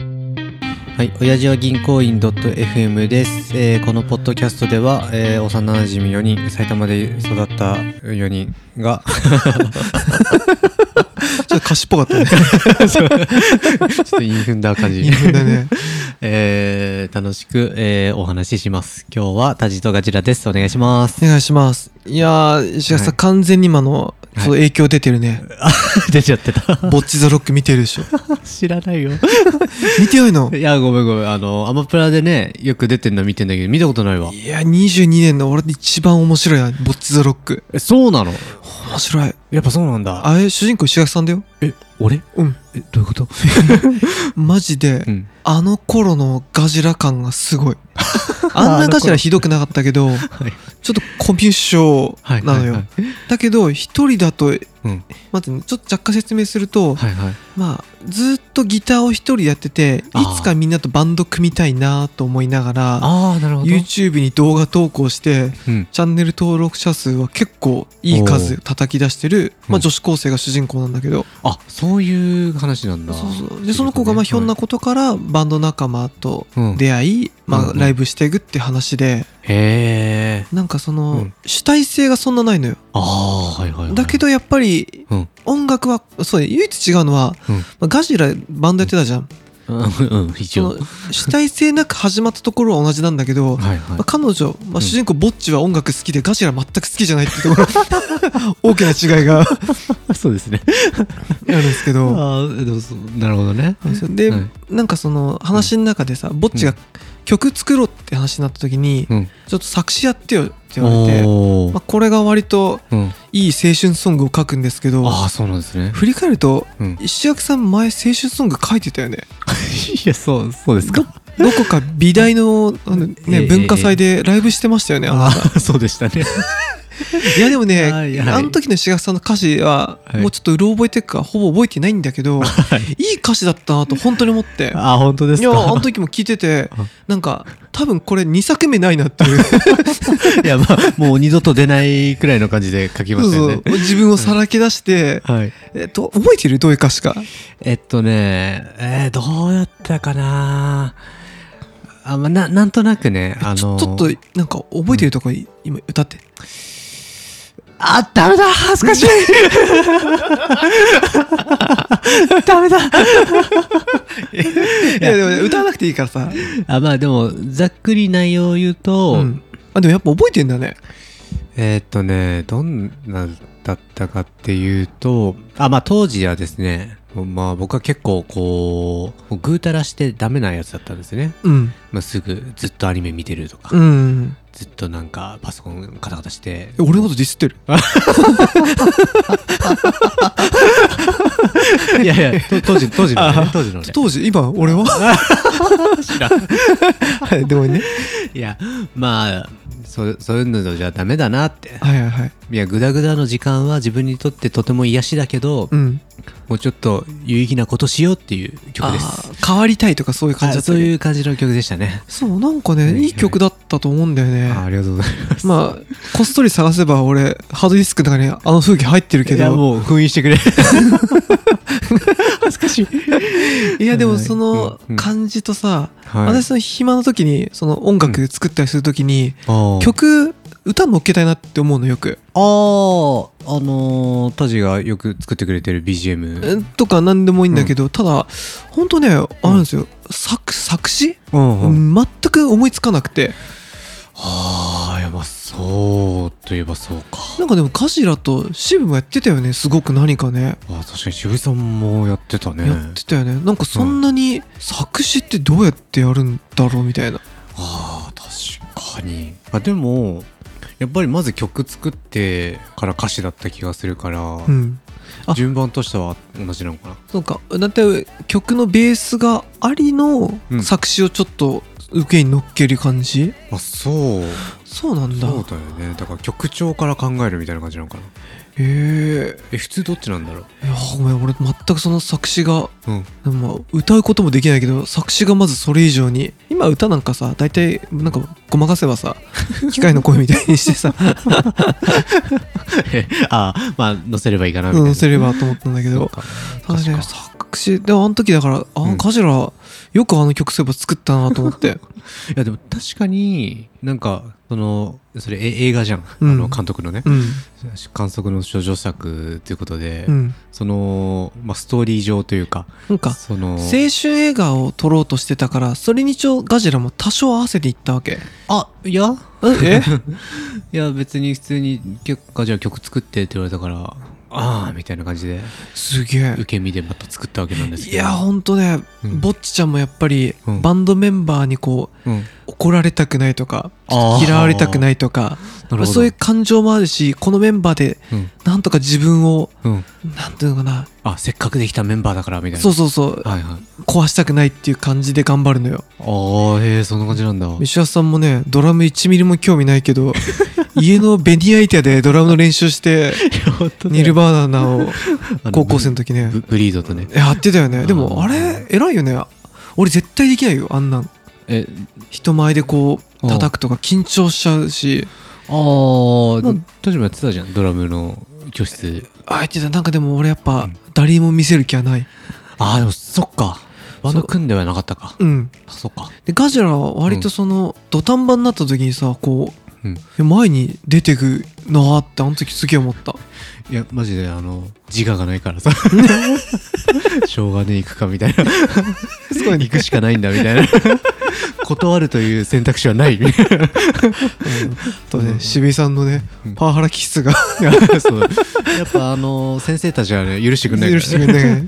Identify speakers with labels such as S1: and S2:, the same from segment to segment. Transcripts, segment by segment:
S1: はい、親父は銀行員 .fm です、えーこのポッドキャストでは、えー幼馴染4人埼玉で育った4人が
S2: ちょっと歌詞っぽかったね。
S1: ちょっとインフンだ感じ
S2: 韻踏んだね
S1: えー楽しく、えーお話しします今日はタジとガジラですお願いします
S2: お願いします。いやー、石垣さ
S1: は
S2: ん、完全に今の、
S1: い
S2: そう影響出てるね。
S1: 出ちゃってた
S2: ボッチザロック見てるでしょ。
S1: 知らないよ
S2: 見てないの
S1: いやごめんごめんあのアマプラでねよく出てんの見てんだけど見たことないわ
S2: いや、22年の俺で一番面白いな、ボッチザロック。
S1: えそうなの
S2: 面白い。
S1: やっぱそうなんだ
S2: あれ、主人公石垣さんだよ。
S1: え俺
S2: うん。
S1: えどういうこと
S2: マジで、
S1: うん
S2: あの頃のガジラ感が すごい。あんなガジラひどくなかったけど、
S1: はい
S2: ちょっとコミュ障なのよ。
S1: はいはい
S2: だけど、一人だと、
S1: うん
S2: 待ってね、ちょっと若干説明すると、
S1: はいはい
S2: まあずっとギターを一人でやっててい
S1: あー
S2: つかみんなとバンド組みたいなと思いながら
S1: ああなるほど
S2: YouTube に動画投稿して
S1: うん
S2: チャンネル登録者数は結構いい
S1: お
S2: 数叩き出してる、ま
S1: う
S2: あ、
S1: ん
S2: 女子高生が主人公なんだけど、
S1: あそういう話なんだ
S2: そうそうでその子がまあひょんな
S1: 子
S2: ことからバンド仲間と出会
S1: う
S2: い、
S1: ん
S2: ま
S1: う
S2: あ、
S1: ん
S2: ライブしていくって話で
S1: へえ
S2: なんかそうの
S1: ん
S2: 主体性がそんなないのよ
S1: ああはいはいはい
S2: だけどやっぱり
S1: うん
S2: 音楽はそうね唯一違うのは、
S1: うん
S2: まあガジラバンドやってたじゃん
S1: うんうん一
S2: そ
S1: 応
S2: の主体性なく始まったところは同じなんだけど、
S1: はいはい
S2: まあ彼女、ま
S1: ん
S2: あ、主人公ボッチは音楽好きでガジラ全く好きじゃないってところ 大きな違いがあ
S1: そうですね
S2: るんですけ
S1: あ
S2: ど
S1: あでもそうなるほどね
S2: で、
S1: はい
S2: なんかその話の中でさボッチが曲作ろうって話になった時に、
S1: うん
S2: ちょっと作詞やってよって言われて、
S1: お
S2: まあ、
S1: ー
S2: これが割と
S1: うん
S2: いい青春ソングを書くんですけど
S1: ああそうなんですね
S2: 振り返ると
S1: うん い
S2: 石垣さん前青春ソング書いてたよね
S1: やそうそうです か
S2: どこか美大のあの、
S1: ええええ
S2: ね、文化祭でライブしてましたよねあなた
S1: ああそうでしたね
S2: いやでもね、
S1: はいはい
S2: あの時の志賀さんの歌詞は、
S1: はい
S2: もうちょっとうろ覚えてるかほぼ覚えてないんだけど、い、い歌詞だったなと本当に思って。
S1: ああ本当で
S2: い
S1: す
S2: やあの
S1: か
S2: 時も聞いてて
S1: あ
S2: なんか多分これ2作目ないなっ ていう
S1: いやまあもう二度と出ないくらいの感じで書きま
S2: そう
S1: した
S2: そ
S1: よ
S2: う
S1: ね
S2: 自分をさらけ出して、
S1: はい
S2: えっと、覚えてるどういう歌詞か
S1: えっとね、えー、どうだったかなあ、まあ、な、なんとなくね、あ
S2: ちょ
S1: の
S2: ちょっとなんか覚えてるとこい今歌って
S1: あ、ダメだ恥ず かしいダメだ
S2: いやでもね歌わなくていいからさ、
S1: あ、まあでも、ざっくり内容を言うと、
S2: うんあでもやっぱ覚えてんだね
S1: えーっとね、どんなだったかっていうと、あ、まあ当時はですね、まあ僕は結構こう、ぐうたらしてダメなやつだったんですね。
S2: うん
S1: まあすぐずっとアニメ見てるとか、
S2: うん
S1: ずっとなんかパソコンカタカタして、
S2: え俺のことディスってる
S1: いやいや、と当時、当時の、ね
S2: あ、
S1: 当時のね。
S2: 当時今俺は はいでもね
S1: いや、まあ、そそういうのじゃダメだなって。
S2: はいはいはい
S1: いや、グダグダの時間は自分にとってとても癒しだけど、
S2: うん
S1: もうちょっと有意義なことしようっていう曲で
S2: あ
S1: す。
S2: ー変わりたいとかそういう感じだ
S1: あ
S2: った
S1: そ
S2: っ
S1: う
S2: け
S1: いう感じの曲でしたね。
S2: そうなんか
S1: はいは
S2: ね
S1: い
S2: いい曲だったと思うんだよね
S1: あありがとうございます。
S2: まあこっそり探せば俺ハードディスクの中にあの風景入ってるけ
S1: いや、
S2: ど
S1: もう封印してくれ。恥ずかしい。
S2: いやでもそ
S1: はい
S2: の
S1: うんうん
S2: 感じとさ
S1: はい、
S2: 私の暇の時にその音楽作ったりする時に
S1: あー
S2: 曲歌乗っけたいなって思うのよく
S1: あー、あのー、タジがよく作ってくれてる BGM。
S2: えとか何でもいいんだけどただほんとねあるんですよ作作詞
S1: うんうん
S2: 全く思いつかなくて
S1: ああ、いや、まあ、そうといえばそうか。
S2: なんかでもガジラとシブもやってたよねすごく何かね
S1: あ確かに渋井さんもやってたね
S2: やってたよねなんかそんなに作詞ってどうやってやるんだろうみたいな
S1: あー確かにあでもやっぱりまず曲作ってから歌詞だった気がするから、
S2: うんあ
S1: 順番としては同じなのかな
S2: なんかだって曲のベースがありの
S1: うん
S2: 作詞をちょっと受けに乗っける感じ、
S1: あそう
S2: そうなんだ
S1: そう
S2: へ
S1: だよねだから曲調から考えるみたいな感じなのかな
S2: え
S1: え普通どっちなんだろう
S2: いやごめん俺全くその作詞が
S1: うん
S2: でも歌うこともできないけど作詞がまずそれ以上に今歌なんかさ大体なんかごまかせ ばさ機械の声みたいにしてさ
S1: ああまあ載せればいいかなみたいな
S2: 載せればと思ったんだけど
S1: そうか
S2: 確か
S1: 確
S2: に
S1: か
S2: 作詞でもあの時だからあ、
S1: うん
S2: カジラよくあの曲そういえば作ったなと思って
S1: いやでも確かになんかそのそれえ映画じゃん、
S2: うん
S1: あの監督のね
S2: うん
S1: 観測の諸女作ということで、
S2: うん
S1: その、まあ、ストーリー上というか
S2: なんか
S1: その
S2: 青春映画を撮ろうとしてたからそれにちょガジラも多少合わせていったわけ
S1: あいや
S2: え
S1: いや別に普通に結果じゃあ曲作ってって言われたからああみたいな感じです
S2: げえ
S1: 受け身でまた作ったわけなんですけ
S2: い
S1: ど
S2: やほんとね、
S1: うん
S2: ぼっちちゃんもやっぱり、
S1: うん
S2: バンドメンバーにこう
S1: うん、
S2: 怒られたくないとか
S1: あー
S2: 嫌われたくないとか
S1: なるほど
S2: そういう感情もあるしこのメンバーで
S1: うん
S2: なんとか自分を
S1: うん、
S2: なんていうのかな
S1: あせっかくできたメンバーだからみたいな
S2: そうそうそう
S1: はいはい
S2: 壊したくないっていう感じで頑張るのよ
S1: ああへえそんな感じなん だ
S2: 三島さんもねドラム1ミリも興味ない けど家のベニヤ板でドラムの練習してニルバーナを
S1: あの
S2: 高校生の時ね
S1: ブブリードとね
S2: やってたよねでも
S1: あ
S2: あ
S1: ー
S2: れ偉いよね俺絶対できないよあんなん
S1: え
S2: 人前でこう
S1: あー
S2: 叩くとか緊張しちゃうし
S1: ああ
S2: まあ
S1: 当時もやってたじゃんドラムの教室
S2: あえてたなんかでも俺やっ
S1: う
S2: ぱ
S1: ん
S2: 誰にも見せる気はない
S1: ああでもそっかバンド組んではなかったか
S2: うん
S1: あそっか
S2: でガジラは割とその土壇場になった時にさこう
S1: うん
S2: いや前に出てくなーってあの時すげえ思った
S1: いやマジであの自我がない からさしょうがねえ行くかみたいな
S2: すごい
S1: 行くしかないんだみたいな断るという選択肢はない
S2: あと
S1: う
S2: ね
S1: ん
S2: 渋井さんのね
S1: うん
S2: パワハラ気質が
S1: そうやっぱあの先生たちはね許してく
S2: 許
S1: れないから
S2: してくれない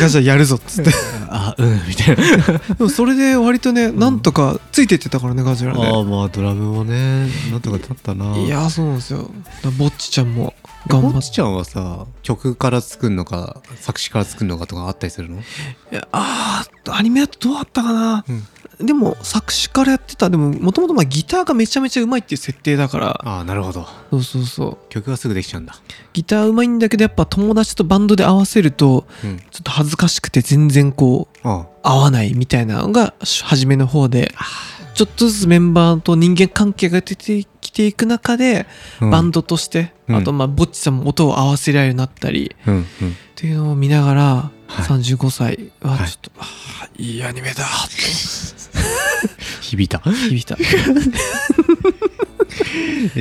S2: ガジラやるぞっつって
S1: あうんみたいな
S2: でもそれで割とねなんとかついてってたからねガジラ
S1: あ
S2: ね
S1: あまあドラムもねなんとか立ったない
S2: やーそうなんですよだからぼっちちゃんも頑張
S1: も
S2: っ
S1: ってちちゃんはさ曲から作るのか作詞から作るのかとかあったりするの
S2: いやあーアニメだとどうだったかな
S1: うん
S2: でも作詞からやってたでももともとギターがめちゃめちゃうまいっていう設定だから
S1: ああなるほど
S2: そうそうそう
S1: 曲がすぐできちゃうんだ
S2: ギターうまいんだけどやっぱ友達とバンドで合わせると
S1: うん
S2: ちょっと恥ずかしくて全然こう
S1: あ
S2: 合わないみたいなのが初めの方でちょっとずつメンバーと人間関係が出てきていく中で
S1: あ、うん
S2: バンドとして、
S1: うん
S2: あとまあぼっちさんも音を合わせられるようになったり
S1: うんうん
S2: っていうのを見ながら
S1: はい
S2: 35歳は
S1: はい
S2: ちょっと、あーいいアニメだ
S1: 響いた
S2: と響いた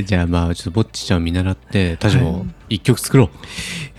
S1: じゃあまあちょっとぼっちちゃんを見習って他も一曲作ろう、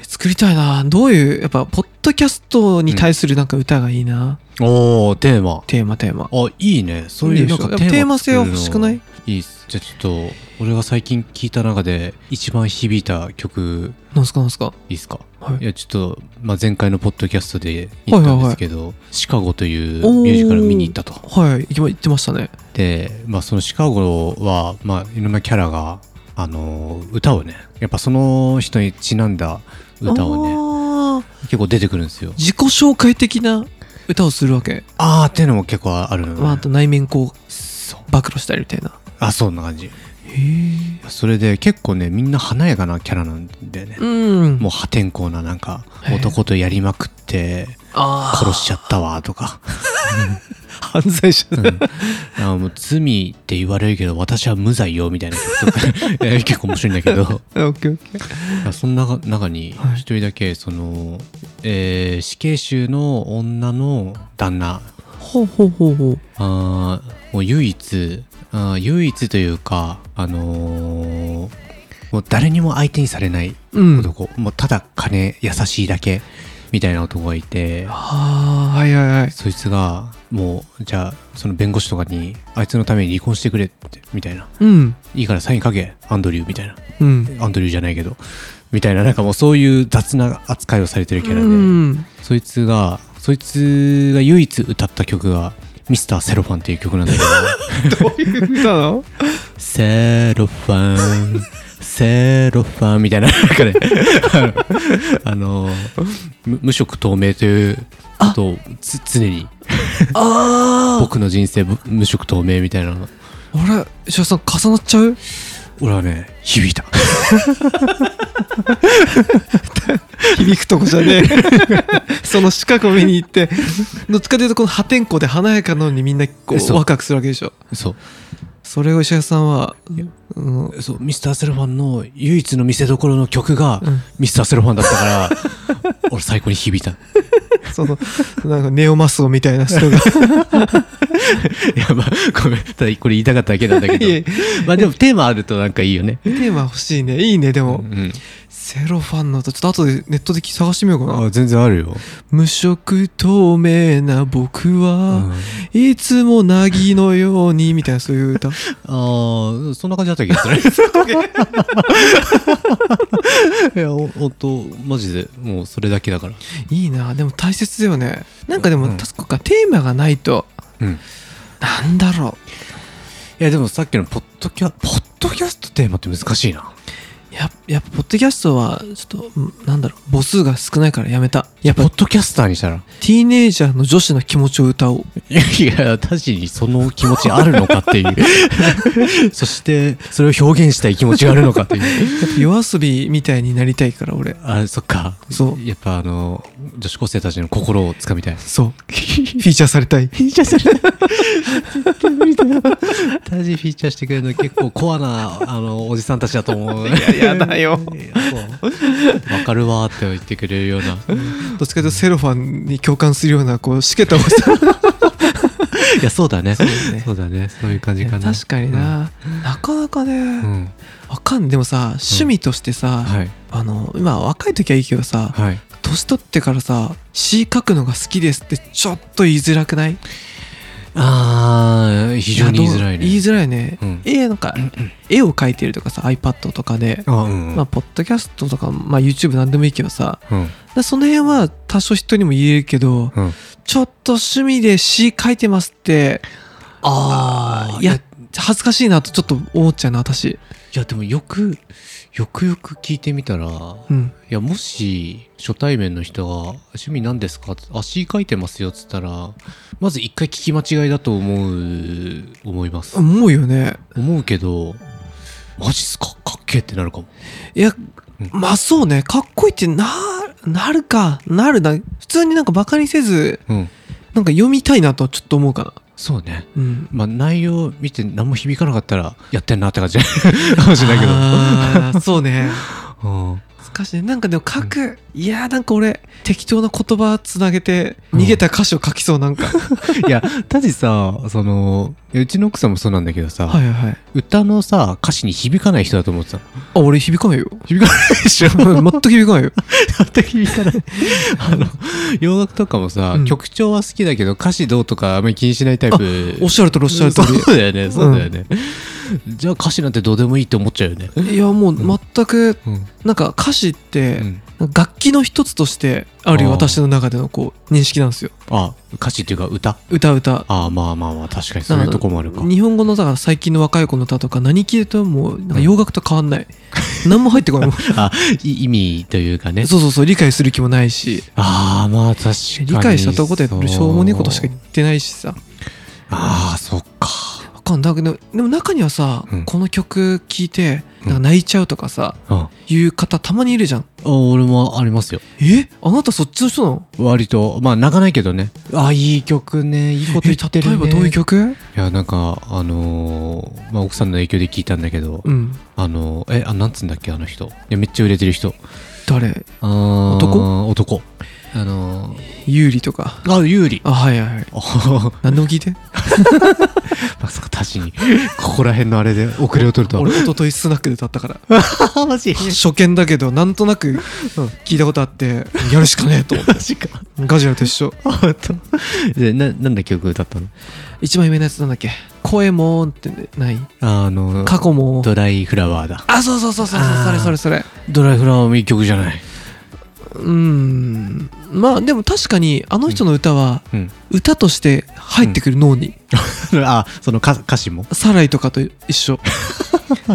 S2: 作りたいなどういうやっぱポッドキャストに対するなんか歌がいいな、
S1: おおテーマ
S2: テーマテーマ
S1: あいいねそう
S2: い
S1: い
S2: いうで
S1: な
S2: し
S1: ん
S2: ょ
S1: か
S2: やっぱテーマ性は
S1: 作るの
S2: 欲しくない
S1: いいっすじゃあちょっと俺が最近聞いた中で一番響いた曲
S2: なんすかなんすか
S1: いいっすか
S2: はい
S1: いやちょっと、まあ、前回のポッドキャストで言ったんですけど、シカゴというミュージカルを見に行ったと。
S2: はい行きま行ってましたね
S1: で、まあ、そのシカゴは、まあ、いろんなキャラが、あのー歌をねやっぱその人にちなんだ歌をね
S2: をね
S1: 結構出てくるんですよ。
S2: 自己紹介的な歌をするわけ、
S1: あーっていうのも結構あるのね、
S2: まあ、あと内面こう
S1: そう
S2: 暴露したりみたいな
S1: あそんな感じ。
S2: へえ
S1: それで結構ねみんな華やかなキャラなんだよね。
S2: うん
S1: もう破天荒ななんか
S2: へー
S1: 男とやりまくって
S2: あー
S1: 殺しちゃったわとか。
S2: 犯罪者だ、
S1: うん、 あもう罪って言われるけど私は無罪よみたいな曲とか え結構面白いんだけど
S2: オッケーオッケー
S1: そんな中に
S2: はい
S1: 一人だけその、えー死刑囚の女の旦那
S2: ほうほうほうほう
S1: あーもう唯一あー唯一というかあのーもう誰にも相手にされない
S2: うん
S1: 男、もうただ金優しいだけみたいな男がいて
S2: ああはいはいはい
S1: そいつがもうじゃあその弁護士とかにあいつのために離婚してくれってみたいな
S2: うん
S1: いいからサインかけ、アンドリューみたいな。
S2: うん
S1: アンドリューじゃないけど。 みたいな、なんかもうそういう雑な扱いをされてるキャラで、
S2: うん
S1: そいつが、そいつが唯一歌った曲が、ミスターセロファンっていう曲なんだけど、
S2: どういう歌なの
S1: セロファン、セロファンみたいな、なんかね、あの、無無色透明ということをつ常に、
S2: あ
S1: 僕の人生ぶ無色透明みたいなの、
S2: ああれ石原さん重なっちゃう
S1: 俺はね、響いた。
S2: 響くとこじゃね えその四角を見に行ってどっちかというとこの破天荒で華やかなのにみんなこう
S1: そう
S2: ワクワクするわけでしょ
S1: そう。
S2: それを石原さんは、うん、
S1: そう、ミスターセロファンの唯一の見せ所の曲が、
S2: うん
S1: ミスターセロファンだったから、俺最高に響いた。
S2: そのなんかネオマスオみたいな人 が
S1: やばごめんただこれ言いたかっただけなんだけ
S2: いえ
S1: どまあでもテーマあるとなんかいいよね
S2: テーマ欲しいねいいねでも、
S1: うん
S2: セロファンの歌ちょっと後でネットで探してみようかな
S1: あ全然あるよ、
S2: 無色透明な僕は、いつもなぎのようにみたいなそういう 歌
S1: ああ、そんな感じだった気が する。いや、ほほんと、マジで、もうそれだけだから。
S2: いいなでも大切だよねなんかでも、
S1: うん
S2: 確かテーマがないと
S1: うん。い
S2: なんだろ
S1: や、でもさっきのポッドキャ、ポッドキャストテーマって難しいな。
S2: うややっぱポッドキャストはちょっとうんなんだろう母数が少ないからやめたやっ
S1: ポ
S2: ぱ
S1: ッドキャスターにしたら。
S2: ティーネイジャーの女子の気持ちを歌おう
S1: いや、確かにその気持ちあるのかっていう。 そして、それを表現したい気持ちがあるのかっていう。
S2: やっぱ夜遊びみたいになりたいから俺
S1: あ、そっか。
S2: そう
S1: やっぱあの、女子高生たちの心をつかみたい。
S2: そうフィーチャーされたい
S1: フィーチャーする絶対無理だよタジフィーチャーしてくれるの結構コアなあのおじさんたちだと思うい
S2: ややだよ
S1: わかるわーって言ってくれるような
S2: どっちかというとセロファンに共感するようなこうしけたおじさん
S1: いやそうだねそう
S2: だね
S1: だねそういう感じかな
S2: 確かにな、なかなかね、
S1: うん、うん
S2: わかんないでもさ趣味としてさ、
S1: はい
S2: あの今若い時はいいけどさ、
S1: はい
S2: 年取ってからさ詩書くのが好きですってちょっと言いづらくない
S1: あー非常に言いづらいね
S2: やどう言いづらいね、
S1: うん
S2: 絵なんか絵を描いてるとかさ iPad とかで、
S1: あうんうん、
S2: まあ、ポッドキャストとか、まあ、YouTube なんでもいいけどさ
S1: うん
S2: だその辺は多少人にも言えるけど、
S1: うん
S2: ちょっと趣味で詩書いてますって
S1: あー
S2: いや恥ずかしいなとちょっと思っちゃうな私
S1: いやでもよくよくよく聞いてみたら
S2: うん
S1: いやもし初対面の人が「趣味何ですか?」って「足書いてますよ」っつったらまず一回聞き間違いだと思う思います、
S2: 思うよね
S1: 思うけど「マジっすかかっけえ」ってなるかも
S2: いや、
S1: うん
S2: まあそうねかっこいいってななるかなるな普通になんかバカにせず
S1: うん
S2: なんか読みたいなとはちょっと思うか
S1: そうね
S2: なうん
S1: まあ内容見て何も響かなかったらやってんなって感じかもしれないけど
S2: あーそうね
S1: うん
S2: 難しいねなんかでも書く、いやーなんか俺適当な言葉つなげて逃げた歌詞を書きそうなんか、
S1: いやタジさそのうちの奥さんもそうなんだけどさ、
S2: はいはいはい
S1: 歌のさ歌詞に響かない人だと思ってたの
S2: あ俺響かないよ
S1: 響かないでしょ
S2: 全く響かないよ
S1: 全く響か ない。あの、洋楽とかもさ、
S2: うん
S1: 曲調は好きだけど、歌詞どうとかあんまり気にしないタイプ。
S2: おっしゃるとおりおっしゃるとり
S1: そうだよね、そうだよね。じゃあ歌詞なんてどうでもいいって思っちゃう よね。
S2: いやもう全く
S1: うん。
S2: なんか歌詞って
S1: うん
S2: 楽器の一つとしてあるよ
S1: あー
S2: 私の中でのこう認識なんですよ
S1: あ、歌詞っていうか歌
S2: 歌歌
S1: ああ、まあまあまあ、確かにそういうとこもあるか。
S2: 日本語のだから最近の若い子の歌とか何聞いてもなんか洋楽と変わん ない、何も入ってこないもん
S1: あ、い意味というかね。
S2: そうそうそう理解する気もないし
S1: ああ、まあ確かに。
S2: 理解したとこでしょうもねえことしか
S1: そう
S2: 言ってないしさ
S1: ああ、そっか。
S2: わかんないだけどでも中にはさ、
S1: うん
S2: この曲聴いて
S1: うん
S2: なんか泣いちゃうとかさ、
S1: うん。
S2: いう方たまにいるじゃん
S1: お俺もありますよ。
S2: えあなたそっちの人なの
S1: 割と。まあ、泣かないけどね。ああ、いい曲ね。いいこと言って
S2: え
S1: る
S2: 例え
S1: ね。
S2: ばどういう曲
S1: いやなんかあのーまあ、奥さんの影響で聞いたんだけど、
S2: うん
S1: あのーえあなんつうんだっけあの人いやめっちゃ売れてる人
S2: 誰
S1: あー
S2: 男
S1: 男あの
S2: 優里とか
S1: ー、あ 有利
S2: あはいはいはい
S1: あはは
S2: 何でも聞いて
S1: まさかたちにここら辺のあれで遅れを取るとは
S2: 俺一昨日スナックで歌っ たから
S1: マジ
S2: 初見だけどなんとなく聞いたことあってやるしかねえと思って
S1: マジか
S2: ガジラと 一緒
S1: 本当 でななんだ曲歌ったの
S2: 一番有名なやつなんだっけ声もーんってねない
S1: あの
S2: 過去もーん
S1: ドライフラワーだ
S2: あそうそうそうそうそうそ
S1: あ
S2: れ
S1: ー
S2: それそれ
S1: ドライフラワーもいい曲じゃないう
S2: ーんまあでも確かにあの人の歌は
S1: うん
S2: 歌として入ってくる脳に、
S1: あその歌歌 詞も
S2: サライとかと 一緒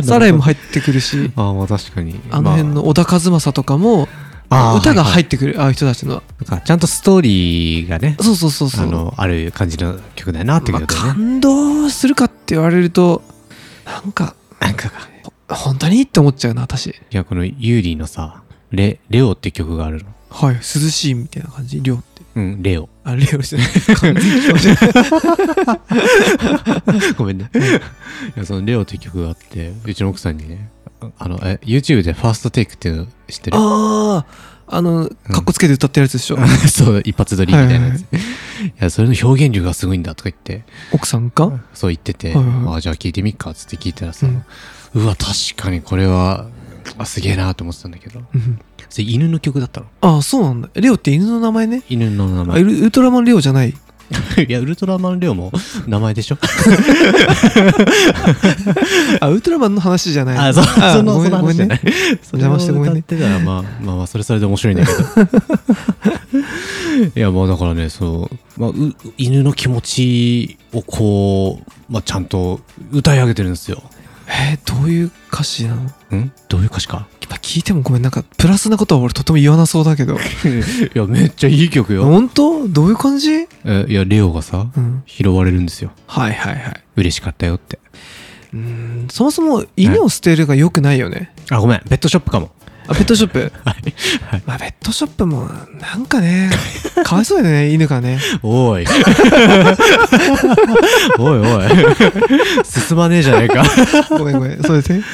S2: サライも入ってくるし
S1: あーまあ確かに
S2: あの辺
S1: ま
S2: の小田和正とかも
S1: あー
S2: 歌が
S1: はいはい
S2: 入ってくる、ああいう人たちのは
S1: あなんかちゃんとストーリーがね
S2: そうそうそうそ
S1: あ
S2: う
S1: のある感じの曲だよなっていうこ
S2: まあ、
S1: とだよね、
S2: 感動するかって言われるとなんか
S1: なんか
S2: 本当にって思っちゃうな私
S1: いやこのユーリーのさ「レレオ」って曲があるの
S2: はい涼しいみたいな感じ量って
S1: うんレオ
S2: あレオじゃない完全に表情
S1: ごめんねいやその「レオ」って曲があってうちの奥さんにねあのえ YouTube で「ファーストテイクっていうの知ってる
S2: あーあのかっこつけて歌ってるやつでしょ、
S1: そう一発撮りみたいなやつ、いやそれの表現力がすごいんだとか言って
S2: 奥さんか、
S1: そう言ってて、
S2: はいはい
S1: あじゃあ聞いてみっかっつって聞いたらさ、
S2: う
S1: うんわ確かにこれはあすげえなと思ってたんだけど
S2: うん
S1: それ犬の曲だったの
S2: ああそうなんだレオって犬の名前ね
S1: 犬の名
S2: あウ
S1: 前
S2: ルウルトラマンレオじ ゃない
S1: いやウルトラマンレオも名前でしょ
S2: あウルトラマンの話じゃな い
S1: あそ
S2: あ
S1: その
S2: ご
S1: そ
S2: めん
S1: の話じゃないそれ
S2: 邪魔してごめんね
S1: を歌ってたらまあまあまあそれそれで面白いんだけ どいやまあだからねそう、まあ、う犬の気持ちをこう、まあ、ちゃんと歌い上げてるんですよ
S2: えーどういう歌詞なのやっ
S1: んどういう歌詞か
S2: ぱ聞いてもごめんなんかプラスなことは俺とても言わなそうだけど
S1: いやめっちゃいい曲よ
S2: 本当どういう感じ、
S1: えいやレオがさ
S2: うん、
S1: 拾われるんですよ
S2: はいはいはい
S1: 嬉しかったよって
S2: うんそもそも犬を捨てるが良くないよね
S1: あごめんペットショップかも
S2: あペットショップ
S1: はいはい
S2: まあペットショップもなん かねかわいそうだよね犬がね
S1: お いおいおい進まねえじゃねえか
S2: ごめんごめんそうですね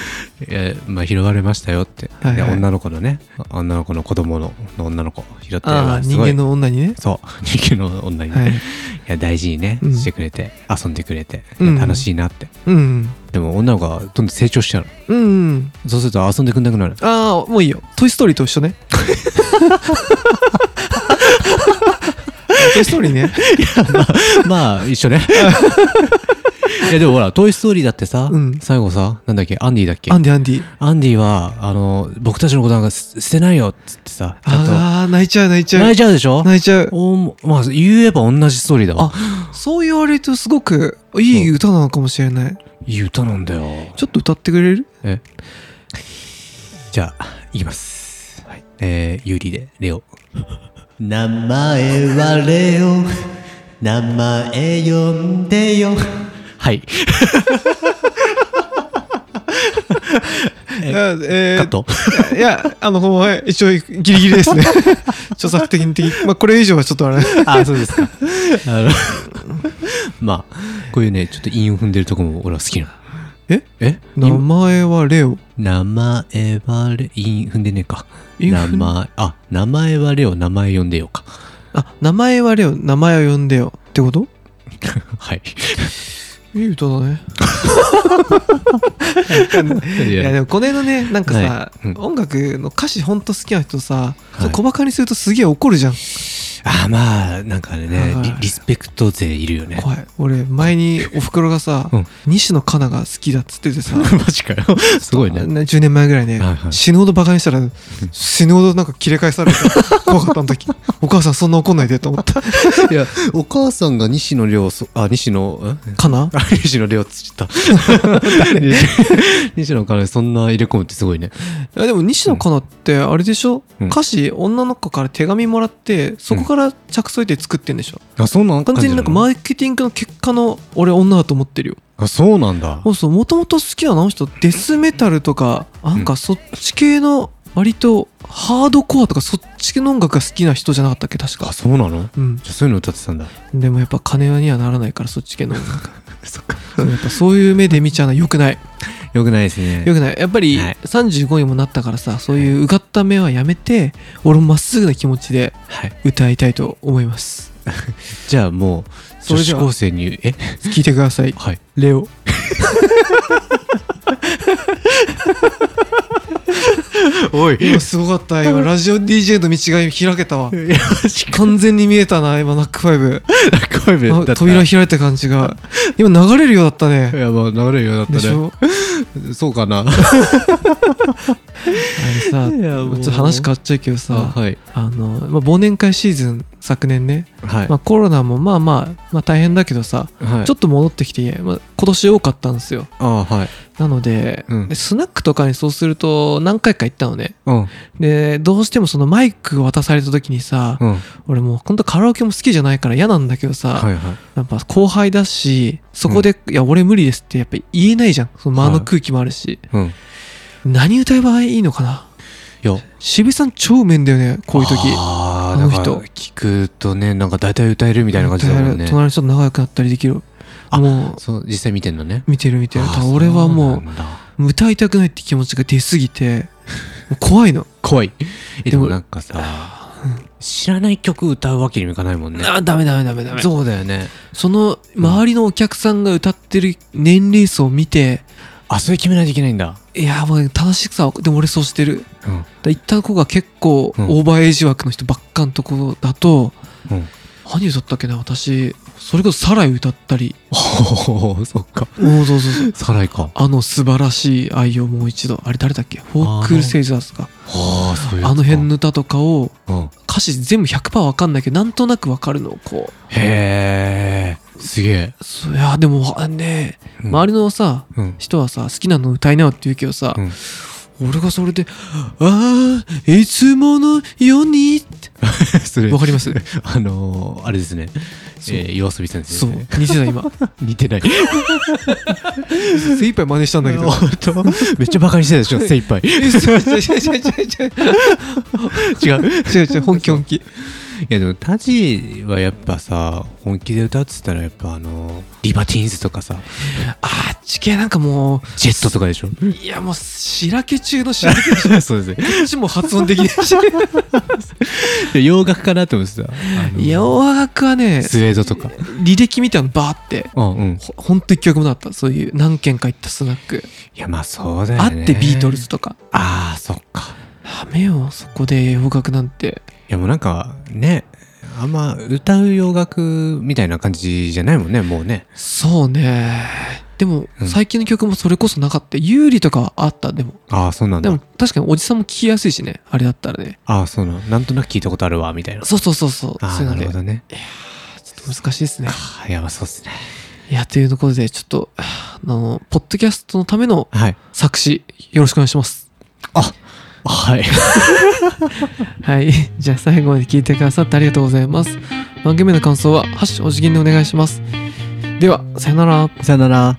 S1: いやまあ拾われましたよって、
S2: はいはい
S1: で女の子のね女の子の子供の女の子拾って
S2: ああ
S1: す
S2: 人
S1: ごい
S2: 間の女にね
S1: そう 人間の女にね、、
S2: はいい
S1: や大事にね
S2: うん
S1: してくれて、遊んでくれて、
S2: うん
S1: 楽しいなって
S2: うん
S1: でも女の子がどんどん成長しちゃうの
S2: うんうん
S1: そうすると遊んでくんなくなる
S2: ああもういいよ「トイ・ストーリー」と一 緒ね「トイ・ストーリーね」
S1: まあ一緒ね いやでもほら「トイ・ストーリー」だってさ、
S2: うん
S1: 最後さなんだっけアンディだっけ
S2: アンディアンディ
S1: アンディはあの僕たちのことなんか捨捨てないよっつってさちゃんと
S2: ああ泣いちゃう泣いちゃ
S1: 泣
S2: う
S1: いちゃうでしょ
S2: 泣いちゃう
S1: おもまあ言えば同じストーリーだわ
S2: あそう言われるとすごくいい歌なのかもしれない
S1: いい歌なんだよ
S2: ちょっと歌ってくれる
S1: えじゃあいきます、はい、えー、ユーリでレオ名前はレオ名前呼んでよはい
S2: いやえ
S1: カッ
S2: ー
S1: ト
S2: いやあのもう一応ギリギリです ね著作的に的まあこれ以上はちょっとあ れ
S1: あ、そうですか。あの、まあ、こういうね、ちょっと韻を踏んでるとこも俺は好きなの。
S2: え
S1: え
S2: 名前はレオ
S1: 名前はレ、韻踏んでねえか。
S2: 韻
S1: 名
S2: 踏ん
S1: 前、あ、名前はレオ、名前呼んでよか。
S2: あ名前はレオ名前を呼んでよってこと
S1: はい。
S2: いい歌だねいやでもこの辺のねなんかさ、
S1: はいうん
S2: 音楽の歌詞ほんと好きな人さ、
S1: はい
S2: そう小バカにするとすげえ怒るじゃん
S1: あ、まあ、なんかね
S2: はい、
S1: リリスペクト勢いるよ ね。
S2: 怖い俺前におふくろがさ、
S1: うん
S2: 西野カナが好きだっつっててさ
S1: マジかよ。すごいね。
S2: な10年前ぐらいね、
S1: はいはい
S2: 死ぬほどバカにしたら死ぬほどなんか切れ返されて怖かったの時お母さんそんな怒んないでと 思った
S1: いや、お母さんが西野亮、そあ、西野、 ん
S2: かな
S1: あ西野亮つっちゃった。 西野からそんな入れ込むってすごいね。
S2: いやでも西野カナってあれでしょ、
S1: うん
S2: 歌詞女の子から手紙もらってそこから着想いて作ってんでしょ、
S1: あ、そんな
S2: 完全になんかマーケティングの結果の俺女だと思ってるよ
S1: あ、そうなんだ。
S2: そうそうもともと好きなのあの人デスメタルとかなんかそっち系の割とハードコアとかそっち系の音楽が好きな人じゃなかったっけ確
S1: あ、
S2: か
S1: そうなの
S2: うん
S1: じゃあそういうの歌ってたんだ。
S2: でもやっぱ金にはならないからそっち系の音楽
S1: そっか。
S2: やっぱそういう目で見ちゃうのはよく ない
S1: よくないですね。
S2: よくないやっぱり
S1: はい
S2: 35にもなったからさそういううがった目はやめて俺もまっすぐな気持ちで
S1: はい。
S2: 歌いたいと思います
S1: じゃあもう、
S2: そ
S1: 女
S2: れじ
S1: 子
S2: ゃあ
S1: 高生に、え
S2: 聞いてください
S1: はい。
S2: レオ
S1: おい。
S2: 今すご かった今ラジオ DJ の道が開けたわ
S1: いや、マジか。
S2: 完全に見えたな今ナックファイブ
S1: 声目だった。
S2: あ扉開いた感じが今流れるようだった
S1: い
S2: ね
S1: や、まあ、流れるようにな
S2: で
S1: っ
S2: した
S1: ね。
S2: ょ
S1: そうかな。
S2: あのさ
S1: い
S2: ち
S1: や
S2: ょ
S1: もう
S2: っと話変わっちゃうけどさあ、
S1: はい。
S2: の、まあ、忘年会シーズン昨年ね、
S1: はい
S2: ま。あ、コロナもまあまあ、まあ、大変だけどさ、
S1: はい
S2: ちょっと戻ってきて、まあ、今年多かったんですよ
S1: あはい。
S2: なので,、
S1: うん
S2: でスナックとかにそうすると何回か行ったのね
S1: うん。
S2: でどうしてもそのマイクを渡された時にさ、
S1: うん。
S2: 俺もうほんとカラオケも好きじゃないから嫌なんだけどさ、
S1: はいはい。
S2: やっぱ後輩だしそこで「いや俺無理です」ってやっぱ言えないじゃんその間の空気もあるし、
S1: うん。い
S2: 何歌えばいいのかな
S1: や、
S2: 渋井さん超うめえんだよねこういう時
S1: あ
S2: あ
S1: あ、
S2: の
S1: の
S2: 人
S1: 人。聞くとね、なんか大体歌えるみたいな感じだもんね
S2: 隣。の人と仲良くなったりできる
S1: あ
S2: も
S1: そう、実際見てんのね。
S2: う見てる見てる
S1: あー
S2: ただ俺はも
S1: そうなんだ
S2: う歌いたくないって気持ちが出すぎてう怖いの
S1: 怖いえで
S2: でも
S1: もなんかさ知らない曲歌うわけにもいかないもんね
S2: あダメダメダメダメ
S1: そうだよね
S2: その周りのお客さんが歌ってる年齢層を見て
S1: あそれ決めないといけないんだ
S2: いやもう楽しさはでも俺そうしてる
S1: うん
S2: だ行った子が結構オ
S1: うん
S2: ーバーエイジ枠の人ばっかのとこだと、
S1: うん
S2: 何歌ったっけな私それこそ「サライ」歌ったり
S1: おおそっか
S2: おーそうそうそう
S1: サライか
S2: あの素晴らしい愛をもう一度あれ誰だっけフォークルセイザーズか
S1: ああそういう
S2: あの辺の歌とかを
S1: の
S2: 歌詞全部100%わかんないけどなんとなくわかるのをこ
S1: へえすげえ
S2: うそういやでもあね
S1: うん
S2: 周りのさ
S1: うん
S2: 人はさ好きなの歌いなよって言うけどさ、
S1: うん
S2: 俺がそれで「ああいつものように」って
S1: それ
S2: わかります
S1: あのーあれですね
S2: そう
S1: えー夜遊び先生です
S2: そう
S1: ね
S2: 似てた今
S1: 似て ない
S2: 精一杯真似したんだけ ど
S1: 本当めっちゃバカにしてたでしょ精 一杯
S2: 違う違
S1: 違う
S2: う違う違う違う違う違う本気本気
S1: いやでもタジはやっぱさ本気で歌ってたらやっぱあのリバティーンズとかさ
S2: ああっち系なんかも
S1: ジェットとかでしょ
S2: ういやもう白け中の白け こ
S1: そうですね
S2: っちも発音できないし
S1: いや洋楽かなと思ってたあの
S2: 洋楽はね
S1: スウェードとか
S2: 履歴みたいなのバーって
S1: うんうん
S2: ほほんと一曲もなかったそういう何軒か行ったスナック、
S1: いやまあそうだよ
S2: あっ
S1: ね
S2: てビートルズとか
S1: ああそっか
S2: ダメよそこで洋楽なんて
S1: いやもうなんかねあんま歌う洋楽みたいな感じじゃないもんねもうね
S2: そうねでも、
S1: うん
S2: 最近の曲もそれこそなかった有利とかはあったでも
S1: ああそうなん
S2: で
S1: だ
S2: も確かにおじさんも聴きやすいしねあれだったらね
S1: ああそうなんなんとなく聞いたことあるわみたいな
S2: そうそうそうそう
S1: あ
S2: そう
S1: あ
S2: いうの
S1: な
S2: で
S1: るほどね
S2: ちょっと難しいですね
S1: ああやばそうっすね
S2: いやというところでちょっとあのポッドキャストのための
S1: はい
S2: 作詞よろしくお願いします
S1: あはい
S2: はい じゃあ最後まで聞いてくださってありがとうございます番組への感想は「ハッシュお辞儀」でお願いしますではさよなら
S1: さよなら